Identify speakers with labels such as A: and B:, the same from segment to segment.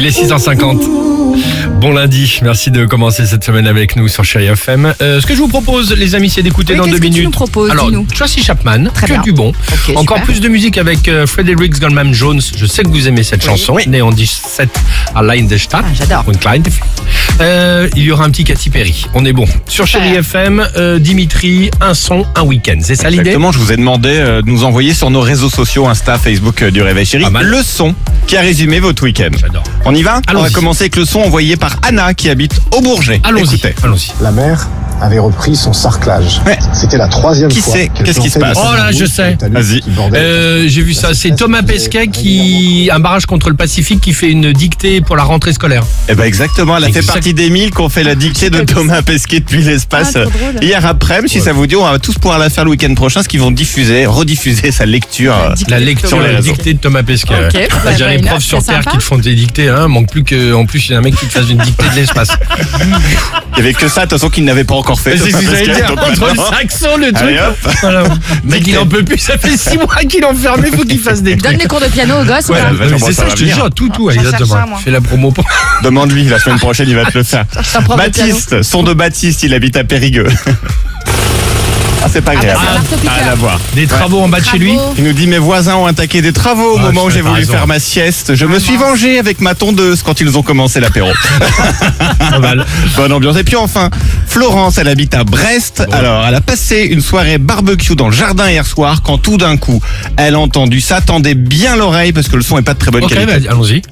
A: Il est 6h50. Bon lundi, merci de commencer cette semaine avec nous sur Chéri FM. Euh, ce que je vous propose, les amis, c'est d'écouter
B: Oui,
A: dans
B: qu'est-ce
A: deux
B: que tu
A: minutes.
B: nous proposes,
A: Alors,
B: dis-nous.
A: Tracy Chapman,
B: Très
A: que
B: bien.
A: du bon.
B: Ok,
A: Encore
B: super.
A: plus de musique avec euh, Fredericks Goldman Jones. Je sais que vous aimez cette chanson. Né en 17 à Leinenstadt.
B: Ah, j'adore.
A: Von Klein. Euh, il y aura un petit Katy Perry. On est bon. Sur Chéri
B: Super.
A: FM, euh, Dimitri, un son, un week-end. C'est ça l'idée
C: Exactement, je vous ai demandé euh, de nous envoyer sur nos réseaux sociaux, Insta, Facebook euh, du Réveil Chéri,
A: Pas Ah, mal.
C: le son qui a résumé votre week-end.
A: J'adore.
C: On y va On va
A: Allons-y.
C: commencer avec le son envoyé par Anna qui habite au Bourget.
A: Allons-y.
C: Écoutez.
A: Allons-y.
D: la mère avait repris son sarclage.
C: Ouais.
D: C'était la troisième
C: Qui
D: fois.
C: c'est
D: qu'elle
C: Qu'est-ce qui se
D: plantait
C: passe
D: la
A: Oh là,
D: fameuse
A: je sais.
D: talus
C: Vas-y.
D: qui bordait
A: Euh, j'ai vu ça. C'est Thomas Pesquet qui un barrage contre le Pacifique qui fait une dictée pour la rentrée scolaire.
C: Eh ben exactement, elle a fait
A: Exact-
C: partie des mille qu'on fait la dictée de
B: Ah,
C: Thomas Pesquet depuis l'espace
B: Ah, trop
C: euh,
B: drôle.
C: hier après-midi. Si
A: Ouais.
C: ça vous dit, on va tous pouvoir la faire le week-end prochain, ce qu'ils vont diffuser, rediffuser sa lecture. euh,
A: La lecture,
C: Sur les
A: la
C: réseaux.
A: dictée de Thomas Pesquet.
B: Ok,
A: ouais.
B: bah,
A: J'ai
B: why
A: les
B: not,
A: profs sur
B: c'est
A: Terre
B: sympa.
A: qui me font des dictées. Hein. Manque plus que, en plus, il y a un mec qui te fasse une dictée de l'espace.
C: Il y avait que ça, de toute façon, qu'il n'avait pas encore fait. Thomas Pesquet, donc,
A: Entre le
C: maintenant-
A: saxon, le truc.
C: Allez, hop.
A: Voilà. Mec, il en peut plus. Ça fait six mois qu'il est enfermé. Faut qu'il fasse des
B: Donne
A: trucs.
B: les cours de piano aux gosses.
C: Ouais,
B: ou pas
C: vas-y,
A: Mais
C: on va
A: c'est ça,
C: faire
A: je te
C: venir.
A: jure, tout, tout,
E: cherche ça,
A: exactement.
E: moi.
A: Je fais la promo pour.
C: Demande-lui, la semaine prochaine, il va te le faire.
B: T'en prends le piano.
C: Baptiste, son de Baptiste, il habite à Périgueux. Ah, c'est pas grave.
B: bah, c'est un marteau-piqueur.
C: à la voir.
A: Des travaux en bas de chez lui.
B: Travaux.
C: Il nous dit mes voisins ont attaqué des travaux au
A: Ah,
C: moment où
A: je
C: j'ai
A: t'as
C: voulu
A: raison.
C: faire ma sieste. Je me suis vengé avec ma tondeuse quand ils ont commencé l'apéro.
A: Pas mal.
C: Bonne ambiance. Et puis enfin, Florence, elle habite à Brest. Alors, elle a passé une soirée barbecue dans le jardin hier soir quand tout d'un coup, elle a entendu ça. Tendez bien l'oreille parce que le son est pas de très bonne
A: Ok,
C: qualité.
A: vas-y, allons-y.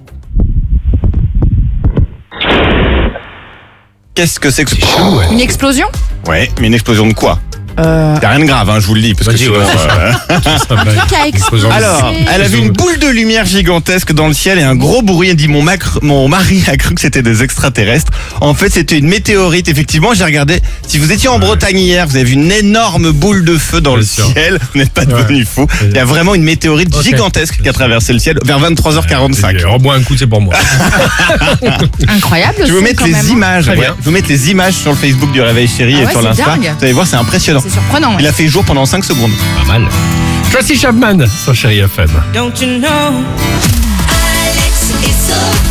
C: Qu'est-ce que c'est que ce Oh,
A: C'est chelou, ouais.
B: Une explosion
C: Ouais, mais une explosion de quoi T'as rien de grave, hein, je vous le dis. Parce que
A: Vas-y,
C: sinon,
A: ouais,
C: euh,
B: Qui a
A: Oh,
B: explosé
C: Alors, elle avait une boule de lumière gigantesque dans le ciel et un gros bruit. Elle dit mon, macre- mon mari a cru que c'était des extraterrestres. En fait, c'était une météorite. Effectivement, j'ai regardé. Si vous étiez en Bretagne hier, vous avez vu une énorme boule de feu dans
A: Bien
C: le
A: sûr.
C: ciel. Vous n'êtes pas
A: Ouais.
C: devenu fou. Il y a vraiment une météorite
A: Ok.
C: gigantesque qui a traversé le ciel vers 23h45.
A: Rebois un coup, c'est pour moi.
B: Incroyable.
C: Je vais vous
B: son,
C: mettre
B: quand même. hein.
C: les images.
A: Très
C: ouais.
A: bien.
C: Je vais vous mettre les images sur le Facebook du Réveil Chéri
B: Ah
C: et
B: ouais,
C: sur
B: c'est
C: l'Insta.
B: dingue.
C: Vous allez voir, c'est impressionnant.
B: C'est surprenant. hein. ouais.
C: Il a fait jour pendant 5 secondes.
A: Pas mal. Tracy Chapman sur Chéri FM.
E: Don't you know?
F: Alex et Sophie.